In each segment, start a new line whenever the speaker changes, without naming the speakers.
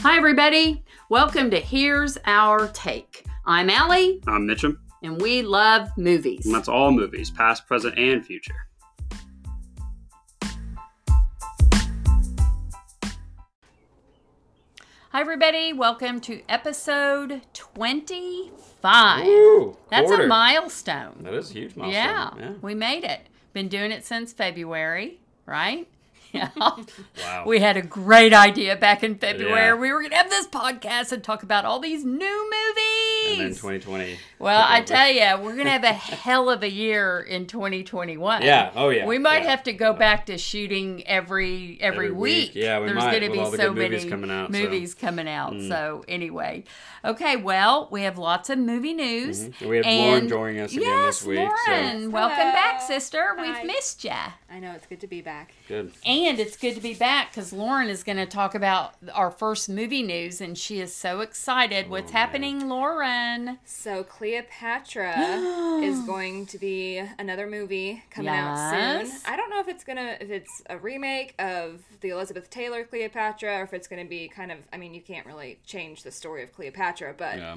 Hi, everybody. Welcome to Here's Our Take. I'm Allie,
I'm Mitchum,
and we love movies.
and that's all movies, past, present, and future.
Hi, everybody. Welcome to episode 25.
Ooh,
That's a
quarter.
milestone.
That is a huge milestone.
yeah,
yeah.
we made it. Been doing it since February, right? Yeah.
Wow.
We had a great idea back in February.
Yeah.
We were going to have this podcast and talk about all these new movies.
and then 2020.
well,
took
I
over.
tell you, we're going to have a hell of a year in 2021.
Yeah. Oh yeah.
We might
yeah.
have to go back to shooting every every,
Every week. Yeah, we
There's
might,
gonna
with
be
all the
so
good movies
many
coming out, so. Mm.
Movies coming out. So anyway, okay. Well, we have lots of movie news.
Mm-hmm. And we have Lauren
and-
joining us again
yes,
this week, so-
Lauren, welcome back,
Hello.
sister.
Hi.
We've missed you.
I know it's good to be back.
Good.
And it's good to be back because Lauren is going to talk about our first movie news, and she is so
Oh,
excited. What's happening, Lauren?
So Cleopatra is going to be another movie coming out soon.
Yes.
I don't know if it's gonna if it's a remake of the Elizabeth Taylor Cleopatra or if it's gonna be kind of I mean you can't really change the story of Cleopatra, but
Yeah.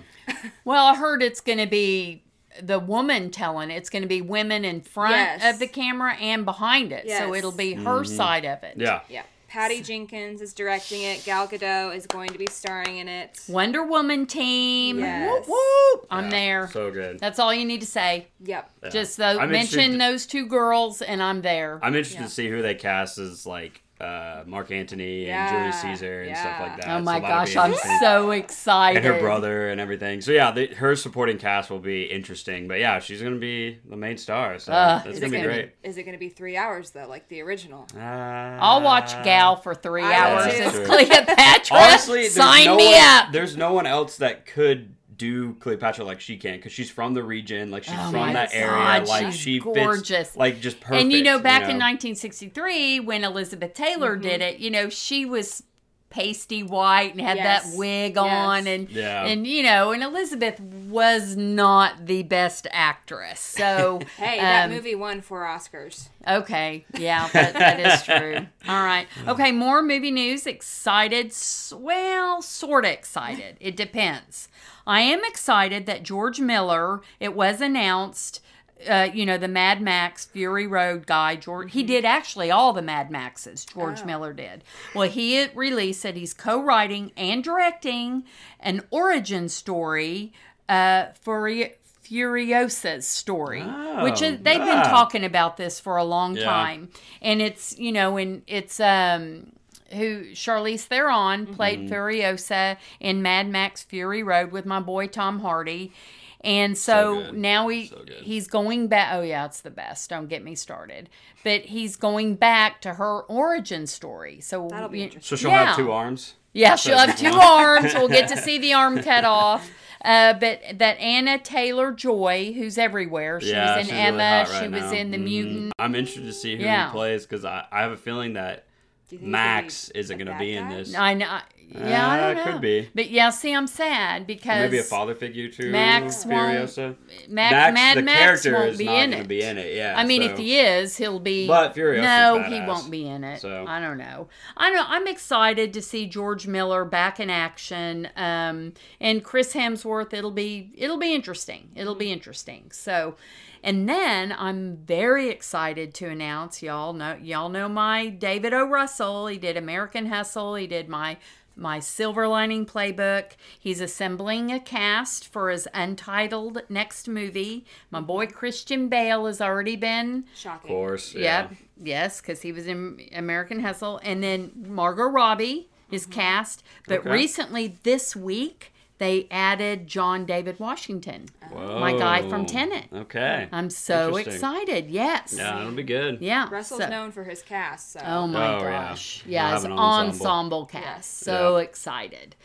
Well, I heard it's going to be the woman telling. It's going to be women in front
Yes.
of the camera and behind it, so
Yes.
it'll be her side of it.
Mm-hmm. Yeah.
yeah. Patty Jenkins is directing it. Gal Gadot is going to be starring in it.
Wonder Woman team. Whoop
Yes.
whoop! I'm
Yeah.
there.
So good.
That's all you need to say.
Yep.
Yeah.
Just tho-
I'm interested-
mention those two girls, and I'm there.
I'm interested
Yeah.
to see who they cast as like uh, Mark Antony and
Yeah,
Julius Caesar and stuff like
yeah.
that.
oh
So
my
that'll be
gosh, I'm
interesting.
so excited.
and her brother and everything. So yeah, the, her supporting cast will be interesting. But yeah, she's gonna be the main star. So
Ugh,
that's
it's
gonna be
gonna be-
great.
Is it gonna be three hours though, like the original?
I'll watch Gal for three
I
hours
will
as
too.
Cleopatra.
Ah. Honestly, there's
sign
no
me
one,
up.
There's no one else that could do Cleopatra like she can because she's from the region, like she's
Oh my
from that area,
God,
like
she's
she
gorgeous.
fits, like just perfect.
and you know, back in
know?
1963, when Elizabeth Taylor
Mm-hmm.
did it, you know, she was pasty white and had
Yes.
that wig
Yes.
on, and
Yeah.
and you know, and Elizabeth was not the best actress. So
Hey, that
um,
movie won four Oscars.
Okay, yeah, that, that is true. All right, okay, more movie news. Excited, s- well, sort of excited. It depends. I am excited that George Miller. It was announced. Uh, you know the Mad Max Fury Road guy, George. He did actually all the Mad Maxes. George Miller did. Well, he had released that he's co-writing and directing an origin story uh, for Furiosa's story, which is, they've
Oh,
been
yeah.
talking talking about this for a long
Yeah.
time, and it's you know, and it's um who Charlize Theron
Mm-hmm.
played Furiosa in Mad Max Fury Road with my boy Tom Hardy. And so,
good.
now he
So good.
he's going back. Oh yeah, it's the best. Don't get me started. But he's going back to her origin story. So
That'll be
you-
interesting.
so she'll
Yeah.
have two arms.
yeah, she'll have
she's
two arms. We'll get to see the arm cut off. Uh, but that Anna Taylor Joy, who's everywhere, she
yeah,
was in
she's really
Emma,
hot right
she was
now.
in The
Mm,
Mutant.
I'm interested to see who
Yeah.
he plays because I, I have a feeling that
Do you think it's gonna be
Max isn't
the
going to
bad
be in
guy?
this.
I know. Yeah, I
Uh,
don't know.
could be.
But yeah, see, I'm sad because
Maybe a father figure to
Max won't-
Furiosa.
Mac,
Max,
Mad
the
Max
character
won't
is
be
not
in
gonna
it.
be in it. Yeah.
I mean,
so-
if he is, he'll be.
But Furiosa's
no, he
badass.
won't be in it.
So-
I don't know. I know. I'm excited to see George Miller back in action, um, and Chris Hemsworth. It'll be it'll be interesting. It'll be interesting. So, and then I'm very excited to announce y'all know y'all know my David O. Russell. He did American Hustle. He did my. My Silver Lining Playbook. He's assembling a cast for his untitled next movie. My boy Christian Bale has already been
Shocking.
Of course. Yeah.
Yep. Yes, because he was in American Hustle, and then Margot Robbie is
Mm-hmm.
cast. But
Okay.
recently, this week, they added John David Washington, my guy from
Oh. Whoa.
Tenet.
Okay.
I'm so
Interesting.
excited. Yes.
Yeah, that'll be good.
Yeah,
Russell's
so-
known for his cast, so
Oh my
Oh, yeah.
gosh.
We'll
Yeah,
have
it's
an
ensemble.
ensemble.
cast. So
Yeah.
excited.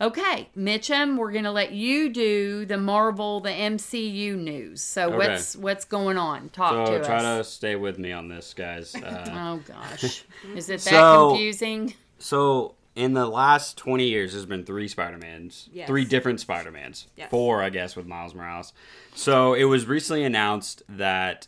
Okay, Mitchum, we're gonna let you do the Marvel, the MCU news. So
Okay.
what's what's going on? Talk
So
to
try
us.
to stay with me on this, guys. Uh,
Oh gosh, is it that
So-
confusing?
so in the last 20 years, there's been three Spider-Mans,
Yes.
three different Spider-Mans,
Yes.
four, I guess, with Miles Morales. So it was recently announced that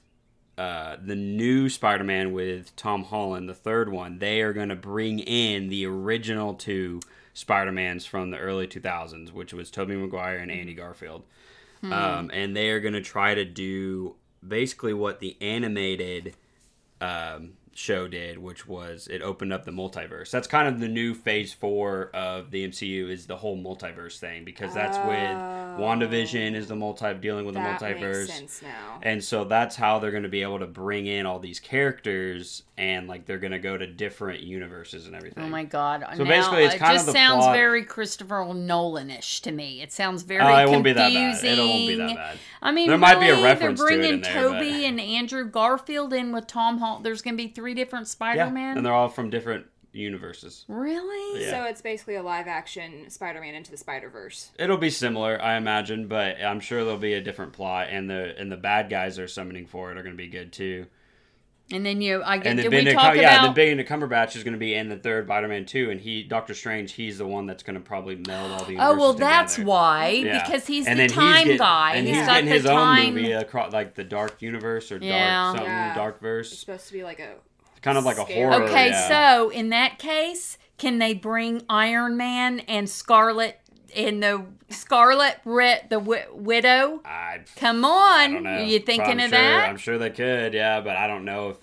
uh, the new Spider-Man with Tom Holland, the third one, they are going to bring in the original two Spider-Mans from the early 2000s, which was Tobey Maguire and
Mm-hmm.
Andy Garfield. Um, and they are going to try to do basically what the animated um, show did, which was it opened up the multiverse. That's kind of the new phase four of the MCU is the whole multiverse thing because that's with WandaVision is the multi dealing with
that
the multiverse.
makes sense now.
And so that's how they're going to be able to bring in all these characters and like they're going to go to different universes and everything.
Oh my god!
So
now,
basically, it's
it
kind of
just
the
sounds
plot-
very Christopher Nolan-ish to me. It sounds very
Oh, it
confusing.
won't be that bad. It won't be that bad.
I mean,
There might be a
really,
reference to
They're
it
bringing
in there, but-
Toby and Andrew Garfield in with Tom Holland. There's going to be three different
Yeah.
Spider-Man.
And they're all from different universes.
really?
Yeah.
So it's basically a live action Spider Man into the Spider Verse.
It'll be similar, I imagine, but I'm sure there'll be a different plot and the and the bad guys they're summoning for it are going to be good too.
And then you, I guess,
And then
did we
Benedict,
talk about?
yeah, then Benedict Cumberbatch is going to be in the third Spider-Man 2 and he Doctor Strange, he's the one that's going to probably meld all the
oh
universes
well, that's
together.
why
Yeah.
because he's
And
the
then
time
getting-
guy.
And
he's
he's,
got
getting
the
his
time.
own movie across, like the Dark Universe or Dark
Yeah.
something,
Yeah.
Dark
It's
Verse.
supposed to be like a.
Kind of like a
Scary.
horror.
Okay,
yeah.
so in that case, can they bring Iron Man and Scarlet and the Scarlet Red, the wi- Widow?
I,
Come
I don't
on,
know.
are you thinking
I'm
of
sure,
that?
I'm sure they could, yeah, but I don't know if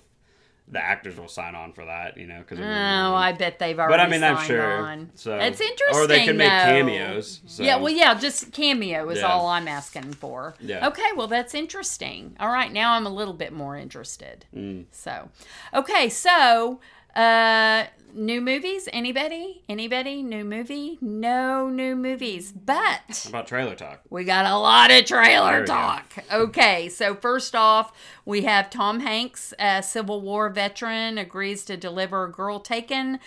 the actors will sign on for that, you know, because
Oh, I bet they've already.
But I mean,
signed
I'm sure.
On.
So
it's interesting.
Or they could make
though.
cameos. So.
Yeah, well, yeah, just cameo is
Yeah.
all I'm asking for.
Yeah.
Okay, well, that's interesting. All right, now I'm a little bit more interested.
Mm.
So, okay, so uh new movies anybody anybody new movie no new movies but
How about trailer talk?
we got a lot of
There
trailer
we go.
talk. Okay, so first off, we have Tom Hanks, a Civil War veteran, agrees to deliver a girl taken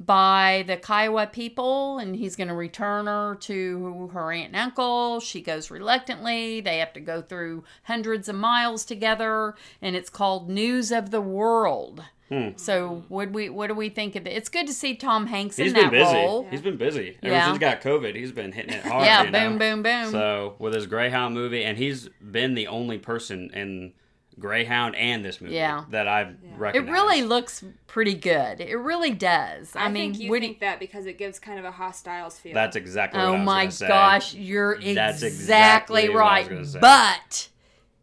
by the Kiowa people, and he's going to return her to her aunt and uncle. She goes reluctantly. They have to go through hundreds of miles together, and it's called News of the World.
Hmm.
So, would we? What do we think of it? It's good to see Tom Hanks
He's
in that
been busy.
role.
He's been busy.
Yeah.
Ever since he got COVID, he's been hitting it hard.
Yeah,
you know?
boom, boom, boom.
So with his Greyhound movie, and he's been the only person in Greyhound and this movie
Yeah.
that I've
It
recognized.
really looks pretty good. It really does. I,
I,
mean,
think you
what do-
think that because it gives kind of a hostiles feel.
That's exactly. what
oh
I was
my
gonna say.
gosh, you're
That's
exactly,
exactly what I
right.
was gonna say.
But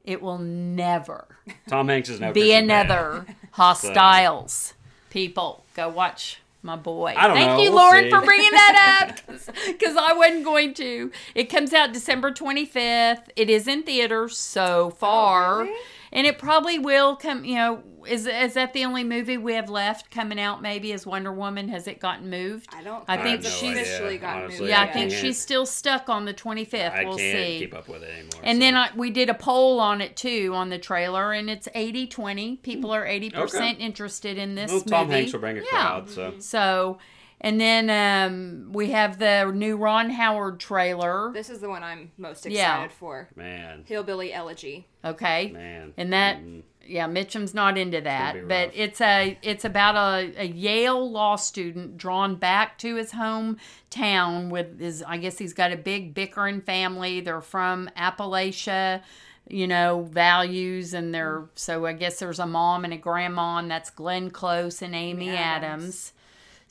it will never
Tom Hanks is no
be
Christian Bale.
another hostiles. People, go watch my boy.
I don't
Thank
know.
you,
We'll
Lauren,
see.
for bringing that up because I wasn't going to. It comes out December 25th. It is in theaters so
Oh,
far.
really?
And it probably will come, you know, is is that the only movie we have left coming out maybe is Wonder Woman? Has it gotten moved?
I don't.
I
think
think
it's
she's-
officially
Yeah,
gotten
honestly,
moved
yeah, I
yet.
think
can't-
she's still stuck on the 25th.
I
we'll
can't
see.
keep up with it anymore.
And
so.
then I, we did a poll on it too on the trailer, and it's 80 20. People are 80%
Okay.
interested in this
Well, Tom
movie.
Hanks will bring a
Yeah.
crowd, so
So, and then um, we have the new Ron Howard trailer.
This is the one I'm most excited
Yeah.
for.
man,
Hillbilly Elegy.
Okay.
man,
And that, yeah, Mitchum's not into
Mm. It's
that,
gonna be
but
rough.
it's a it's about a, a Yale law student drawn back to his hometown with his. I guess he's got a big bickering family. They're from Appalachia, you know, values, and they're so. I guess there's a mom and a grandma, and that's Glenn Close and Amy
Amy Adams.
Adams.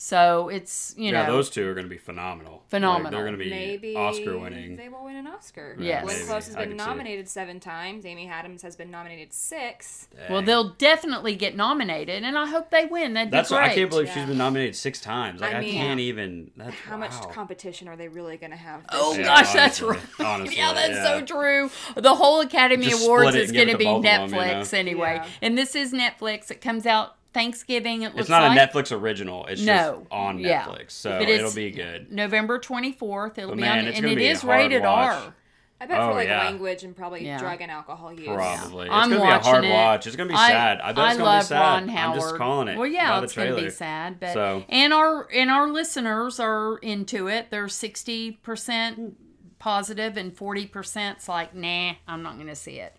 So it's you
yeah,
know
those two are going to be phenomenal. Like,
Phenomenal.
they're going to be
Maybe
Oscar winning.
They will win an Oscar.
Yes.
Glenn
maybe.
Close has
I
been
could see it.
nominated seven times. Amy Adams has been nominated six.
well they'll definitely get nominated, and I hope they win. That'd
That's
be great.
I can't believe she's
Yeah.
been nominated six times. Like I,
I mean-
can't even. That's,
How
wow.
much competition are they really going to have? this
Oh
year?
Yeah,
gosh, that's
honestly.
right.
Honestly,
yeah, that's so
yeah.
true. The whole Academy
Just
Awards
split it
is
and give
going to
it to
be
both of them, you
Netflix
know?
anyway,
Yeah.
and this is Netflix. It comes out Thanksgiving. It looks
It's not
like
a Netflix original. It's
No.
just on
Yeah.
Netflix, so
But it's-
it'll be good.
November twenty fourth. It'll
But
be
man,
on,
it's
and
gonna
it
be a
is
hard
rated
watch.
R.
I bet
Oh,
for like
yeah.
language and probably
Yeah.
drug and alcohol use.
Probably. It's
I'm
gonna be a hard
watching it.
watch. It's gonna be sad. I bet
I
it's gonna
love
be sad.
Ron
I'm
Howard.
just calling it.
Well, yeah,
by
it's
the trailer.
gonna be sad, but
So-
and our and our listeners are into it. They're sixty percent positive, and forty percent's like, nah, I'm not gonna see it.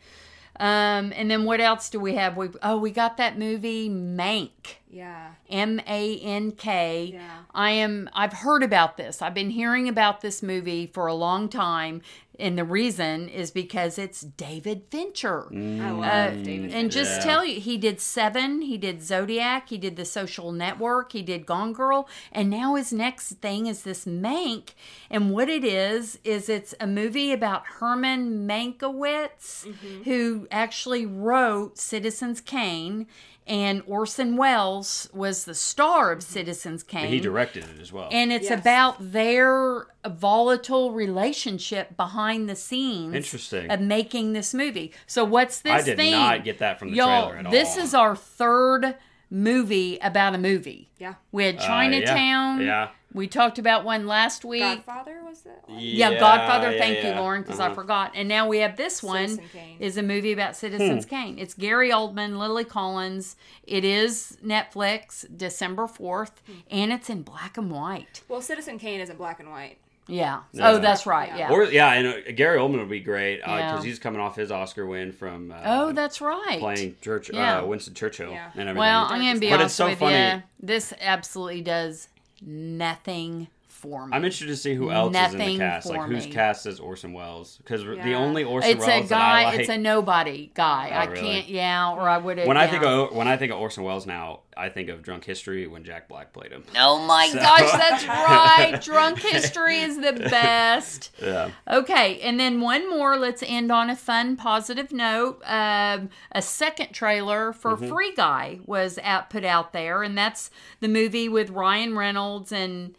Um, and then what else do we have? We oh, we got that movie Mank.
Yeah.
M A N K.
Yeah.
I am I've heard about this. I've been hearing about this movie for a long time and the reason is because it's David Fincher.
Mm.
I love
Uh,
David.
And just
Yeah.
tell you, he did Seven, he did Zodiac, he did The Social Network, he did Gone Girl, and now his next thing is this Mank. And what it is is it's a movie about Herman Mankiewicz,
Mm-hmm.
who actually wrote Citizens Kane, and Orson Welles was the star of Citizens Kane.
And Mm-hmm. he directed it as well.
And it's
Yes.
about their volatile relationship behind the scenes
Interesting.
of making this movie. So what's this
I did
thing?
not get that from the
Y'all,
trailer at
this
all.
is our third movie about a movie.
Yeah.
We had
yeah.
Chinatown.
Uh, Yeah.
We talked about one last week.
Godfather was that one?
yeah, Godfather. Thank
yeah.
you, Lauren, because I
Uh-huh.
forgot. And now we have this one
Citizen Kane.
is a movie about Citizens
Hmm.
Kane. It's Gary Oldman, Lily Collins. It is Netflix, December fourth,
Hmm.
and it's in black and white.
Well, Citizen Kane isn't black and white.
Yeah.
Yeah.
Oh, that's right. Yeah.
Yeah.
Or yeah, and uh, Gary Oldman would be great because
Yeah.
he's coming off his Oscar win from uh,
oh, that's right.
playing Church,
Yeah.
uh, Winston Churchill
Yeah.
and everything.
Well, I'm gonna be
But it's
honest
so
with
funny.
you. This absolutely does nothing for me.
I'm interested to see who else is in the
Nothing
cast.
for
Like who's
me.
cast as Orson Welles? Because the
Yeah.
only Orson
it's
Welles
a guy.
that I like. Oh,
It's a nobody guy. I
really?
can't. Yeah, or I would have.
when I think of when I think of Orson Welles now, I think of Drunk History when Jack Black played him.
Oh my gosh, that's right. Drunk history is the best.
Yeah.
Okay, and then one more. Let's end on a fun, positive note. Um, a second trailer for
Mm-hmm.
Free Guy was out, put out there, and that's the movie with Ryan Reynolds and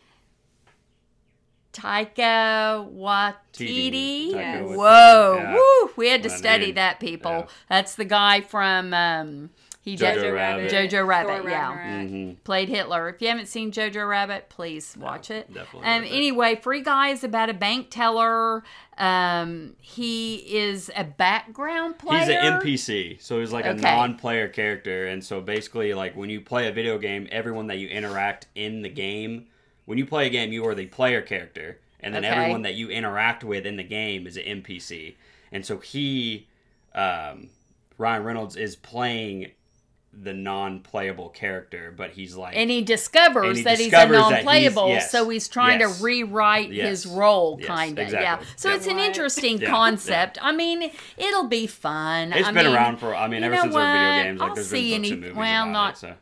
Taika Waititi.
Taika
Yes.
Waititi,
Whoa,
yeah.
woo! We had to
What I
study
mean.
that, people.
Yeah.
That's the guy from um, he
Jojo
did,
Rabbit. Mm-hmm.
Jojo Rabbit,
Thor
yeah.
Ragnarok.
played Hitler. If you haven't seen Jojo Rabbit, please watch it.
definitely
Um,
worth it.
anyway, Free Guy is about a bank teller. Um, he is a background player.
He's an NPC, so he's like a
Okay.
non-player character, and so basically, like when you play a video game, everyone that you interact in the game, when you play a game, you are the player character, and then
Okay.
everyone that you interact with in the game is an NPC, and so he, um, Ryan Reynolds is playing the non-playable character, but he's like
And he discovers
And he
that
discovers
he's a
that he's-
non-playable,
yes,
so he's trying
yes,
to rewrite
yes,
his role,
yes,
kind of. Yeah.
exactly.
So
Yeah.
it's an
What?
interesting
Yeah, yeah.
concept. I mean, it'll be fun.
It's
I
been
mean,
around for. I mean,
you
ever
know
since there were
what?
video games, like
I'll
there's
see
been books
any-
and movies
well,
about
not-
it. So.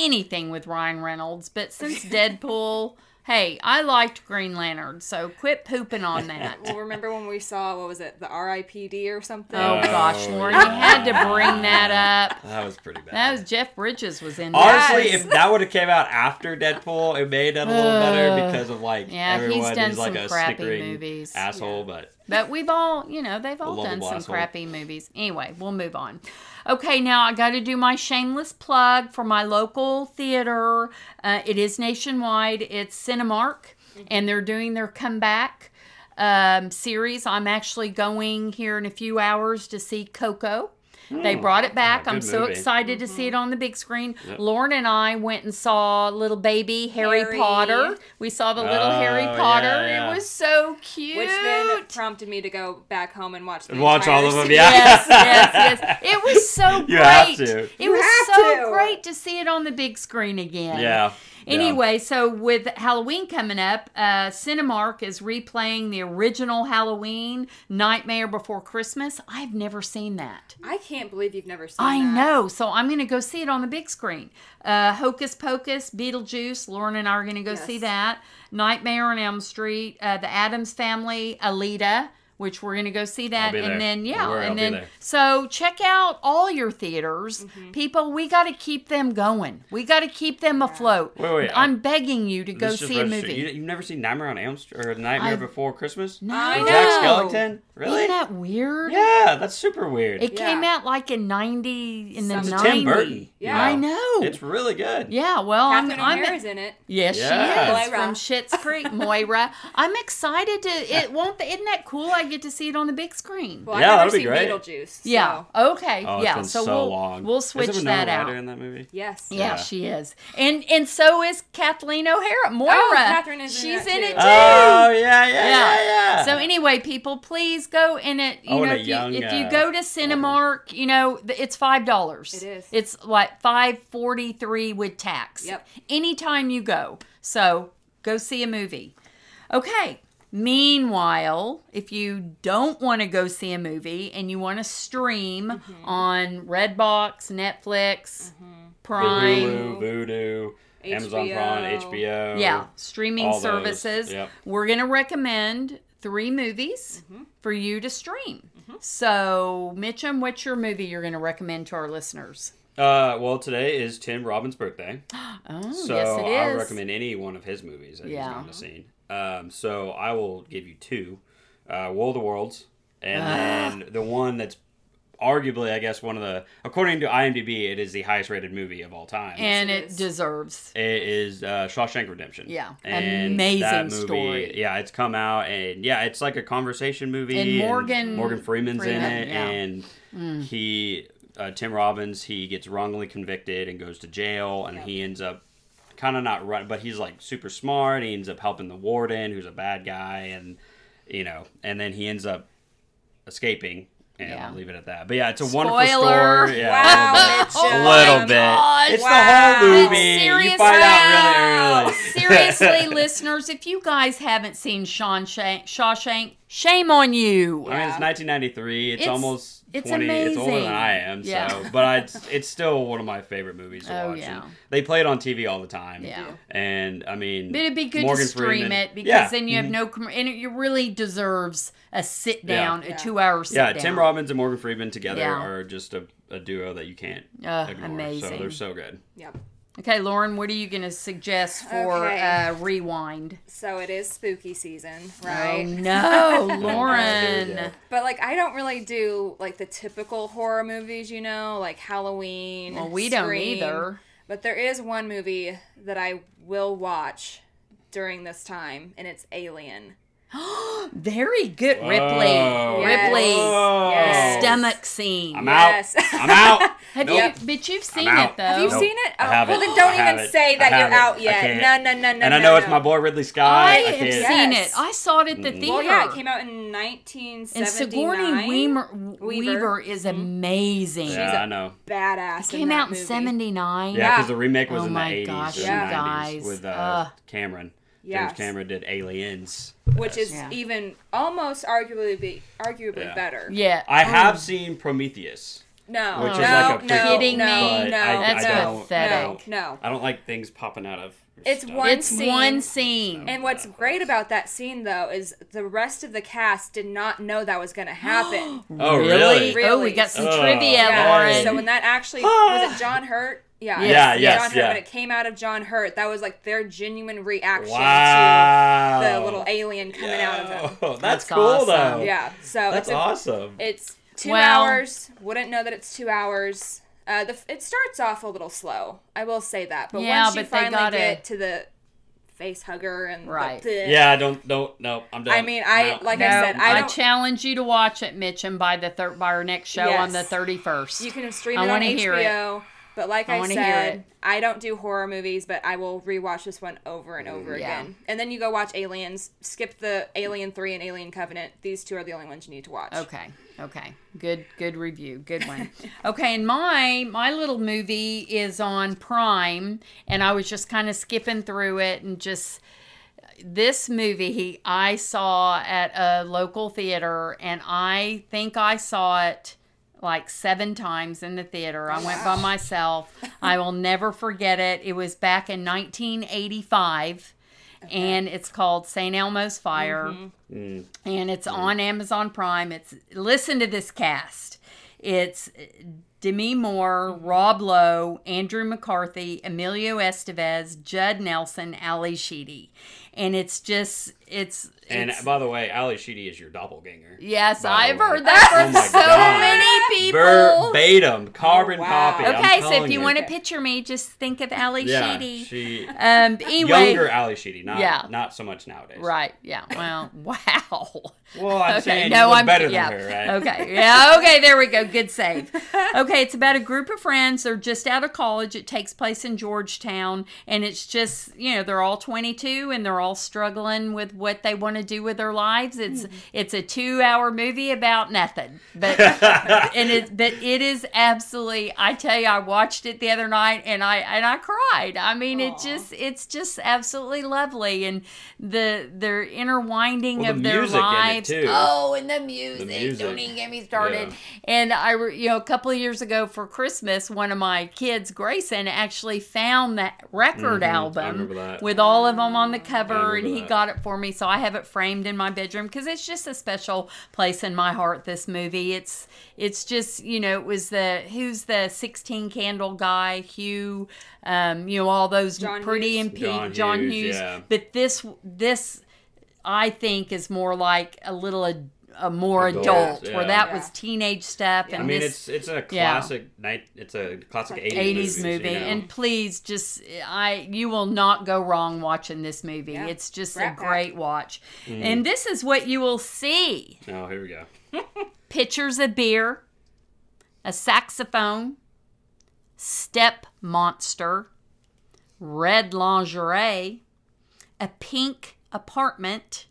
anything with Ryan Reynolds, but since Deadpool, hey, I liked Green Lantern, so quit pooping on that.
Well, remember when we saw what was it, the R.I.P.D. or something?
Oh gosh,
yeah.
Lauren, you had to bring that up.
That was pretty bad.
That was Jeff Bridges was in that.
Honestly, if that would have came out after Deadpool, it made it a little better because of like
Yeah, he's
everyone
done
is like
some
a
crappy
snickering
movies.
asshole. But
But we've all, you know, they've all
lovable
done some
asshole.
crappy movies. Anyway, we'll move on. Okay, now I got to do my shameless plug for my local theater. Uh, it is nationwide. It's Cinemark,
Mm-hmm.
and they're doing their comeback um, series. I'm actually going here in a few hours to see Coco. They brought it back.
Ah,
I'm
good
so
movie.
excited to
Mm-hmm.
see it on the big screen. Lauren and I went and saw little baby Harry,
Harry.
Potter. We saw the little
Oh,
Harry
yeah,
Potter.
yeah.
It was so cute.
Which then prompted me to go back home and watch the
watch
entire
all of them.
series.
Yeah,
yes, yes, yes. It was so great.
You have to.
It
You
was
have
so
to.
great to see it on the big screen again.
yeah.
Anyway, so with Halloween coming up, uh, Cinemark is replaying the original Halloween, Nightmare Before Christmas. I've never seen that.
I can't believe you've never seen.
I
that.
know, so I'm going to go see it on the big screen. Uh, Hocus Pocus, Beetlejuice, Lauren and I are going to go see
Yes.
that. Nightmare on Elm Street, uh, The Adams Family, Alita, which we're going to go see that.
be
and
there.
then, yeah,
Don't worry, I'll
and
be
then,
there.
so check out all your theaters.
Mm-hmm.
People, we got to keep them going. We got to keep them afloat.
Wait, wait,
I'm begging you to
This
go
just
see a
registered.
movie.
You, you've never seen Nightmare on Elm Street or Nightmare
I've-
Before Christmas?
no.
I
Jack
know.
Skellington? Really?
Isn't that weird?
Yeah, that's super weird.
It
Yeah.
came out like in 90, in the
It's
it's a
90s.
Tim Burton.
Yeah.
I
you
know.
It's really good.
Yeah, well, I'm,
Catherine
Um, I'm
O'Hara's in it.
yes, she
Yeah.
is
Moira.
from Schitt's Creek, Moira. I'm excited to. It won't. Isn't that cool? I might get to see it on the big screen.
Well,
Yeah,
I've never
that'd be
seen
great.
Beetlejuice. So.
yeah. Okay.
Oh, it's
yeah.
been
So,
so,
we'll
long.
we'll
Is there
switch
Winona
that out.
Ryder in that movie?
Yes.
Yeah,
Yeah.
she is, and and so is Kathleen O'Hara. Moira,
Oh, Catherine is in
she's
that
in
too.
it too.
Oh yeah, yeah,
Yeah.
yeah, yeah.
So anyway, people, please go and it.
I
You
want
know,
a
if
young,
you if you
uh,
go to Cinemark, you know th- it's five dollars.
It is.
It's like five forty three with tax.
Yep.
Anytime you go, so go see a movie. Okay. Meanwhile, if you don't want to go see a movie and you want to stream
Mm-hmm.
on Redbox, Netflix, Prime,
Hulu, Voodoo, Amazon
HBO.
Prime, HBO.
yeah, streaming
all those.
services.
Yep.
We're going to recommend three movies for you to stream. So, Mitchum, what's your movie you're going to recommend to our listeners?
Uh, well, today is Tim Robbins' birthday,
Oh,
so
yes, it is.
I recommend any one of his movies that
Yeah.
he's on the scene. Um, so I will give you two: uh, War of the Worlds, and then the one that's arguably, I guess, one of the according to IMDb, it is the highest-rated movie of all time.
and
Yes, it
it
is.
deserves.
It is uh, Shawshank Redemption.
Yeah.
and
Amazing
that movie,
story.
Yeah, it's come out and yeah, it's like a conversation movie.
And Morgan
Morgan Freeman's in
Freeman,
it,
yeah. Mm.
and he uh, Tim Robbins he gets wrongly convicted and goes to jail, and he ends up kind of not run, but he's like super smart. He ends up helping the warden, who's a bad guy, and you know, and then he ends up escaping. And
Yeah.
I'll leave it at that. But yeah, it's a wonderful
Spoiler.
story. Yeah, a little
Wow,
bit.
Mitchell.
A
Oh
little
my
bit.
gosh.
It's the
Wow.
whole movie.
Seriously?
You find out really early.
Oh, Seriously, listeners, if you guys haven't seen Sean Shank, Shawshank, shame on you.
I mean, it's 1993. It's,
It's-
almost
it's
20. It's older
amazing.
than I am.
Yeah.
So, but I, it's- it's still one of my favorite movies to
Oh,
watch.
yeah.
And they play it on TV all the time.
Yeah.
And I mean,
But it'd be good
Morgan
to stream
Freeman-
it because
Yeah.
then you have no, com- and it really deserves a sit
Yeah.
down,
Yeah.
a two hour sit
Yeah,
down.
Tim Robbins and Morgan Freeman together
Yeah.
are just a, a duo that you can't
Ugh,
ignore. So
amazing.
they're so good.
Yep.
Okay, Lauren, what are you going to suggest for
Okay.
uh, rewind?
So it is spooky season,
Oh
right?
no,
there we
Lauren.
go.
But like, I don't really do like the typical horror movies, you know, like Halloween.
well, we don't
Scream.
either.
But there is one movie that I will watch during this time, and it's Alien.
Very good, Ripley.
Whoa.
Yes.
Ripley
Whoa.
Yes.
stomach scene.
I'm
Yes.
out. I'm out.
Have
Nope.
you? But you've seen
I'm
it
out.
though.
Have you
Nope.
seen it?
I
Oh,
haven't.
well, then don't
I
even
haven't.
say that
I
you're
haven't.
out
I
yet. No,
can't.
no, no, no.
and I
no,
know it's
no.
my boy Ridley Scott.
I,
I
have
can't- Mm-hmm.
seen
Yes.
it. I saw it at the theater.
Well, yeah, it came out in 1979.
and Sigourney Weaver, Weaver.
Weaver Mm-hmm.
is amazing.
Yeah,
a-
I know.
Badass.
Came out in
movie.
'79.
Yeah, because
Yeah.
the remake was
Oh
in the
my
80s
gosh,
and
you
90s
guys.
with uh,
Ugh.
Cameron.
Yes.
James Cameron did Aliens.
which is
Yeah.
even almost arguably be, arguably
Yeah.
better.
Yeah.
I
Oh,
have seen Prometheus,
No,
which
no,
is like a
no,
prequel,
Kidding
no,
me?
but
no,
I,
That's
I don't,
pathetic.
No, no.
I don't like things popping out of. your
It's
stomach.
one
It's
scene.
one scene.
And what's great about that scene though is the rest of the cast did not know that was going to happen.
Oh really?
Really?
Oh, we got some
Oh,
trivia,
yeah.
Lauren.
So when that actually was it John Hurt? Yeah.
Yes.
Ah. Yeah,
John
yes,
Hurt,
yeah.
when it came out of John Hurt, that was like their genuine reaction to
Wow.
the little alien coming out of him.
That's,
That's
cool
awesome.
though.
Yeah. So
That's
it's a,
awesome.
It's two
Well-
hours. Wouldn't know that it's two hours. Uh, the, it starts off a little slow. I will say that. But
Yeah,
once you
but they
finally
gotta-
get to the face hugger and the
Right.
bleh,
yeah, I don't, don't, no, I'm done.
I mean, I-
I'm out.
like
no,
I said, I
I,
don't-
challenge you to watch it, Mitchum, by the thir- by our next show on the
Yes.
thirty first.
you can stream
I
it on
wanna
HBO.
hear it.
But like
I
I,
wanna hear it.
said, I don't do horror movies, but I will rewatch this one over and over
Yeah.
again. And then you go watch Aliens. Skip the Alien Three and Alien Covenant. These two are the only ones you need to watch.
Okay. Okay. Good good review. Good one. okay, and my my little movie is on Prime and I was just kind of skipping through it and just this movie I saw at a local theater and I think I saw it like seven times in the theater. I went by myself. I will never forget it. It was back in 1985 and it's called St. Elmo's Fire and it's on Amazon Prime. It's listen to this cast. It's Demi Moore,
Mm-hmm.
Rob Lowe, Andrew McCarthy, Emilio Estevez, Judd Nelson, Ali Sheedy, and it's just it's,
And
it's-
by the way, Ali Sheedy is your doppelganger.
yes,
by the
I've
way.
heard that
Oh
from
my
so
God.
many people.
Verbatim, carbon
Oh, wow.
copy. I'm
okay, so if
telling
you want to
Okay.
picture me, just think of Ali
yeah,
Sheedy.
she
um, anyway,
younger Ali Sheedy, not
Yeah.
not so much nowadays.
right? Yeah. Well, wow.
Well, I'm saying
no,
you look
I'm
better
yeah.
than her, right?
Okay, yeah, okay, there we go. Good save. Okay, it's about a group of friends. They're just out of college. It takes place in Georgetown, and it's just you know they're all 22 and they're all struggling with what they want to do with their lives.
Hmm.
It's it's a two hour movie about nothing, but and it but it is absolutely. I tell you, I watched it the other night and I and I cried. I mean, it
Aw.
just it's just absolutely lovely, and the their interwinding
Well,
of
the
their
music in it,
lives.
too.
Oh, and the music. Don't
music.
even get me started.
Yeah.
And I, re- you know, a couple of years ago for Christmas, one of my kids, Grayson, actually found that record
Mhm, I remember
album
that.
with all of them on the cover,
remember
and he
that.
got it for me. So I have it framed in my bedroom because it's just a special place in my heart. This movie, it's it's just you know, it was the who's the sixteen candle guy, Hugh, um, you know, all those
John
pretty
Hughes.
and Pete, John,
John
Hughes.
Hughes, yeah.
But this this I think is more like a little ad- a more adult,
Adult,
where
yeah.
that
Yeah.
was teenage stuff
Yeah.
and
I mean,
this
it's it's a
yeah.
classic night. It's a classic
Like
80s,
80s
movies,
movie.
you know?
And please just I you will not go wrong watching this movie.
Yeah.
It's just
Rat
a
Pack.
great watch.
Mm.
And this is what you will see.
oh, here we go.
Pitchers of beer, a saxophone, step monster, red lingerie, a pink apartment,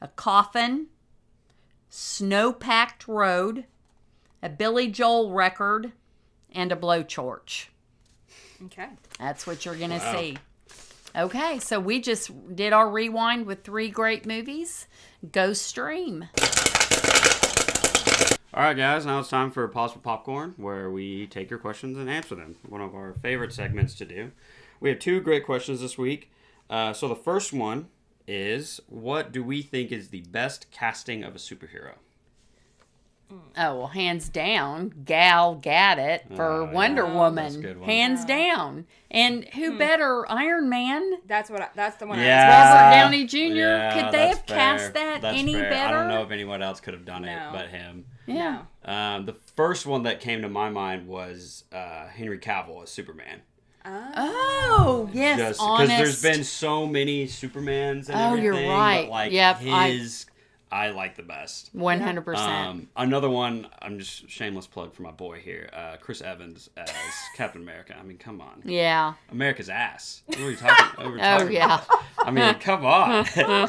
a coffin, snow packed road, a Billy Joel record, and a blowtorch.
Okay.
That's what you're going to
Wow.
see. Okay, so we just did our rewind with three great movies. Go stream.
All right, guys. Now it's time for possible popcorn, where we take your questions and answer them. One of our favorite segments to do. We have two great questions this week. Uh, so the first one is, what do we think is the best casting of a superhero?
Oh well, hands down, Gal Gadot for
Oh, yeah.
Wonder
That's a
Woman.
good one.
Hands down, and who
Hmm.
better, Iron Man?
That's what I, that's the one I
Robert
was
Yeah.
watching.
Downey Jr., could they
that's
have cast that any
I
better?
don't know if anyone else could have done
No.
it but him.
Yeah,
Um, the first one that came to my mind was uh, Henry Cavill as Superman.
Oh yes,
Just
honest.
there's been so many Supermans and
Oh,
everything.
you're right.
But like
Yep, I-
his, I, like the best.
one hundred percent.
Um, another one. I'm just shameless plug for my boy here, uh, Chris Evans as Captain America. I mean, come on,
Yeah.
America's ass. What are we talking? What are we
Oh
talking
yeah.
about? I mean, come on.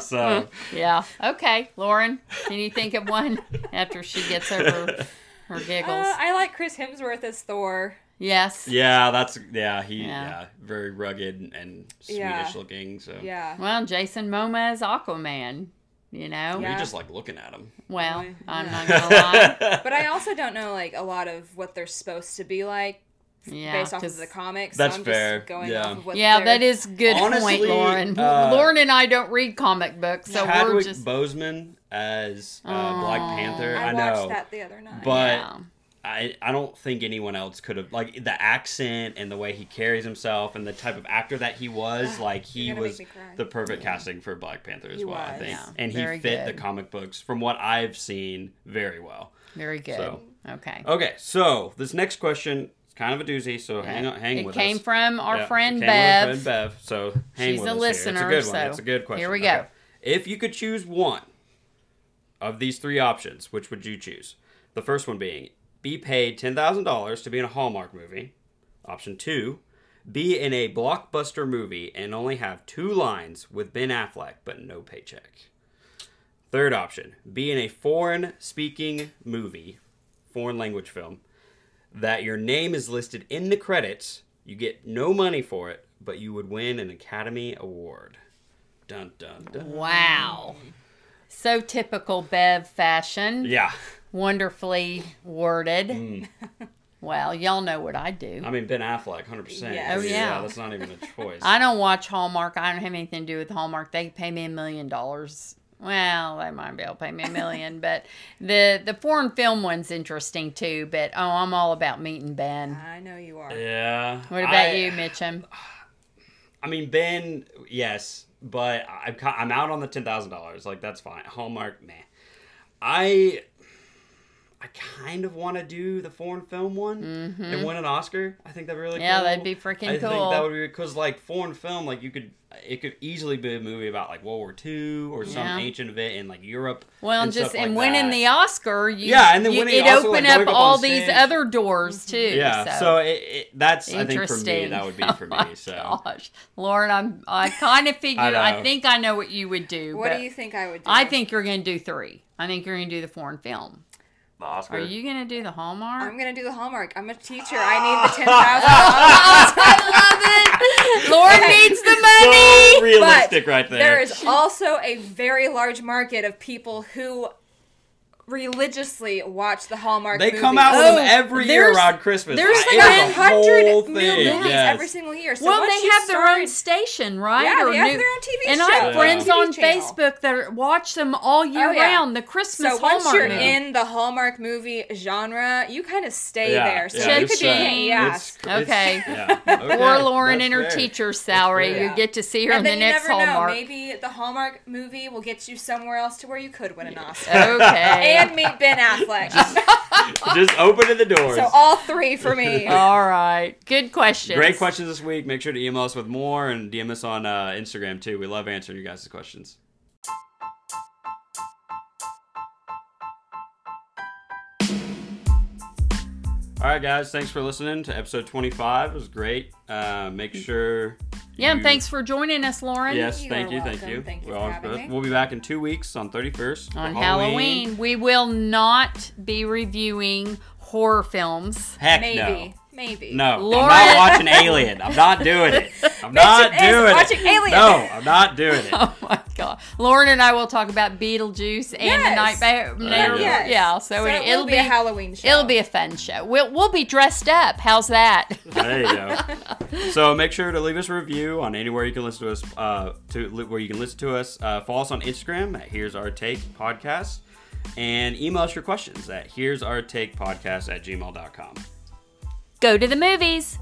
so
Yeah. Okay, Lauren, can you think of one after she gets over her giggles?
Uh, I like Chris Hemsworth as Thor.
yes.
yeah, that's yeah. He
Yeah.
yeah, very rugged and Swedish
Yeah.
looking. So
Yeah.
Well, Jason Momoa is Aquaman. You know.
we
Yeah.
just like looking at him.
Well,
Really?
I'm
Yeah.
not gonna lie.
But I also don't know like a lot of what they're supposed to be like
Yeah.
based off of
'cause-
the comics.
That's
so I'm
fair,
Just going
yeah.
off of what
yeah,
they're-
that is good point,
Honestly,
Lauren.
uh,
Lauren and I don't read comic books, so we're
Chadwick
just
Boseman as uh, Black
Oh.
Panther. I,
I watched
know,
that the other night.
but
yeah.
I, I don't think anyone else could have like the accent and the way he carries himself and the type of actor that he was like he
you're gonna make
was
me cry.
the perfect casting for Black Panther as
He
well I
was.
think
Yeah,
and he
very
fit the
good.
comic books from what I've seen very well
very good.
so. Oh,
okay.
okay so this next question is kind of a doozy so hang on hang
it
with
came
us
from our
Yeah, it
friend
came with our
Bev.
friend Bev so hang
She's
with
a
us
listener,
here. it's a good
so
one it's a good question
here we go.
Okay. if you could choose one of these three options which would you choose the first one being be paid $10,000 to be in a Hallmark movie. Option two, be in a blockbuster movie and only have two lines with Ben Affleck but no paycheck. Third option, be in a foreign speaking movie, foreign language film, that your name is listed in the credits. You get no money for it, but you would win an Academy Award. Dun dun dun.
Wow. So typical Bev fashion.
Yeah. Mm.
Wonderfully worded. Well, y'all know what I do.
I mean, Ben Affleck, 100%.
Yes.
Oh, yeah.
That's not even a choice.
I don't watch Hallmark. I don't have anything to do with Hallmark. They pay me a million dollars. Well, they might be able to pay me a million, but the the foreign film one's interesting too. But oh, I'm all about meeting Ben.
I know you are.
Yeah.
What about
I-
you, Mitchum?
I mean, Ben, yes, but I'm ki- I'm out on the ten thousand dollars. Like that's fine. Hallmark, man. I I kind of want to do the foreign film one and win an Oscar. I think that'd be really
Mm-hmm. Yeah,
cool.
that'd be freaking
I think that
cool.
would be because like foreign film, like you could it could easily be a movie about like World War II or some
Yeah.
ancient event in like Europe.
Well,
and
and just
stuff like
and winning
that.
the Oscar, you,
Yeah, and then
you,
winning
it
also, like,
opened
going
up
up on
all these
stage. Mm-hmm.
other doors too.
yeah, so, it, it, that's I think for me
Interesting.
that would be
Oh
for
my
me. So
Gosh, Lauren, I'm I kind of figured. I,
know.
think I know what you would do.
What
but
do you think I would do?
I think you're going to do three. I think you're going to do the foreign film.
the Oscar.
Are you going to do the Hallmark?
I'm gonna do the Hallmark. I'm a teacher. I need the ten thousand.
I love it. Lauren needs the money.
so realistic right there.
There is also a very large market of people who religiously watch the Hallmark. Oh,
They
movies.
come out with
Oh,
them every year
there's-
around Christmas.
there's
I-
like
it's
a
a
hundred
whole
new
thing,
movies
yes.
every single year. So
well,
once
they
you
have their own
start-
station, right?
Yeah, they have
new-
their own TV
And I
show,
have friends
TV
on
channel.
Facebook that are, watch them all year
Oh, yeah.
round. The Christmas
So once
Hallmark
you're
movie.
in the Hallmark movie genre, you kind of stay
Yeah,
there. So
yeah,
you
it's
could be,
set.
yeah.
It's- it's-
Okay.
yeah, okay,
or Lauren
that's
and her
fair.
teacher's salary.
fair.
You get to see her in
And
the
then you
next
never
Hallmark.
know. Maybe the Hallmark movie will get you somewhere else to where you could win an Oscar
okay.
and meet Ben Affleck.
Just opening the doors.
Oh. so all three for me.
Oh,
All right. Good question.
Great questions this week. Make sure to email us with more and DM us on uh, Instagram too. We love answering you guys' questions. All right, guys. Thanks for listening to episode 25. It was great. Uh, make sure.
Yeah, and
you-
thanks for joining us, Lauren.
Yes,
You
thank
are
you, thank
welcome.
you.
Thank you
We're
for
always
having
good.
me.
We'll be back in two weeks on 31st for
On Halloween, we will not be reviewing horror films.
Heck
Maybe. Maybe.
no. No,
Lauren-
I'm not watching Alien. I'm not doing it. I'm not
Mitch is
doing
watching
it.
Alien.
No, I'm not doing it.
Oh my God. Lauren and I will talk about Beetlejuice and the
Yes. Oh,
Nightmare.
There you go.
Yes.
Yeah, so, it,
it will
it'll
be a Halloween show.
It'll be a fun show. We'll, we'll be dressed up. How's that?
There you go. So make sure to leave us a review on anywhere you can listen to us. Uh, to li- where you can listen to us. Uh, follow us on Instagram at Here's Our Take Podcast, and email us your questions at Here's Our Take Podcast at gmail.com.
Go to the movies.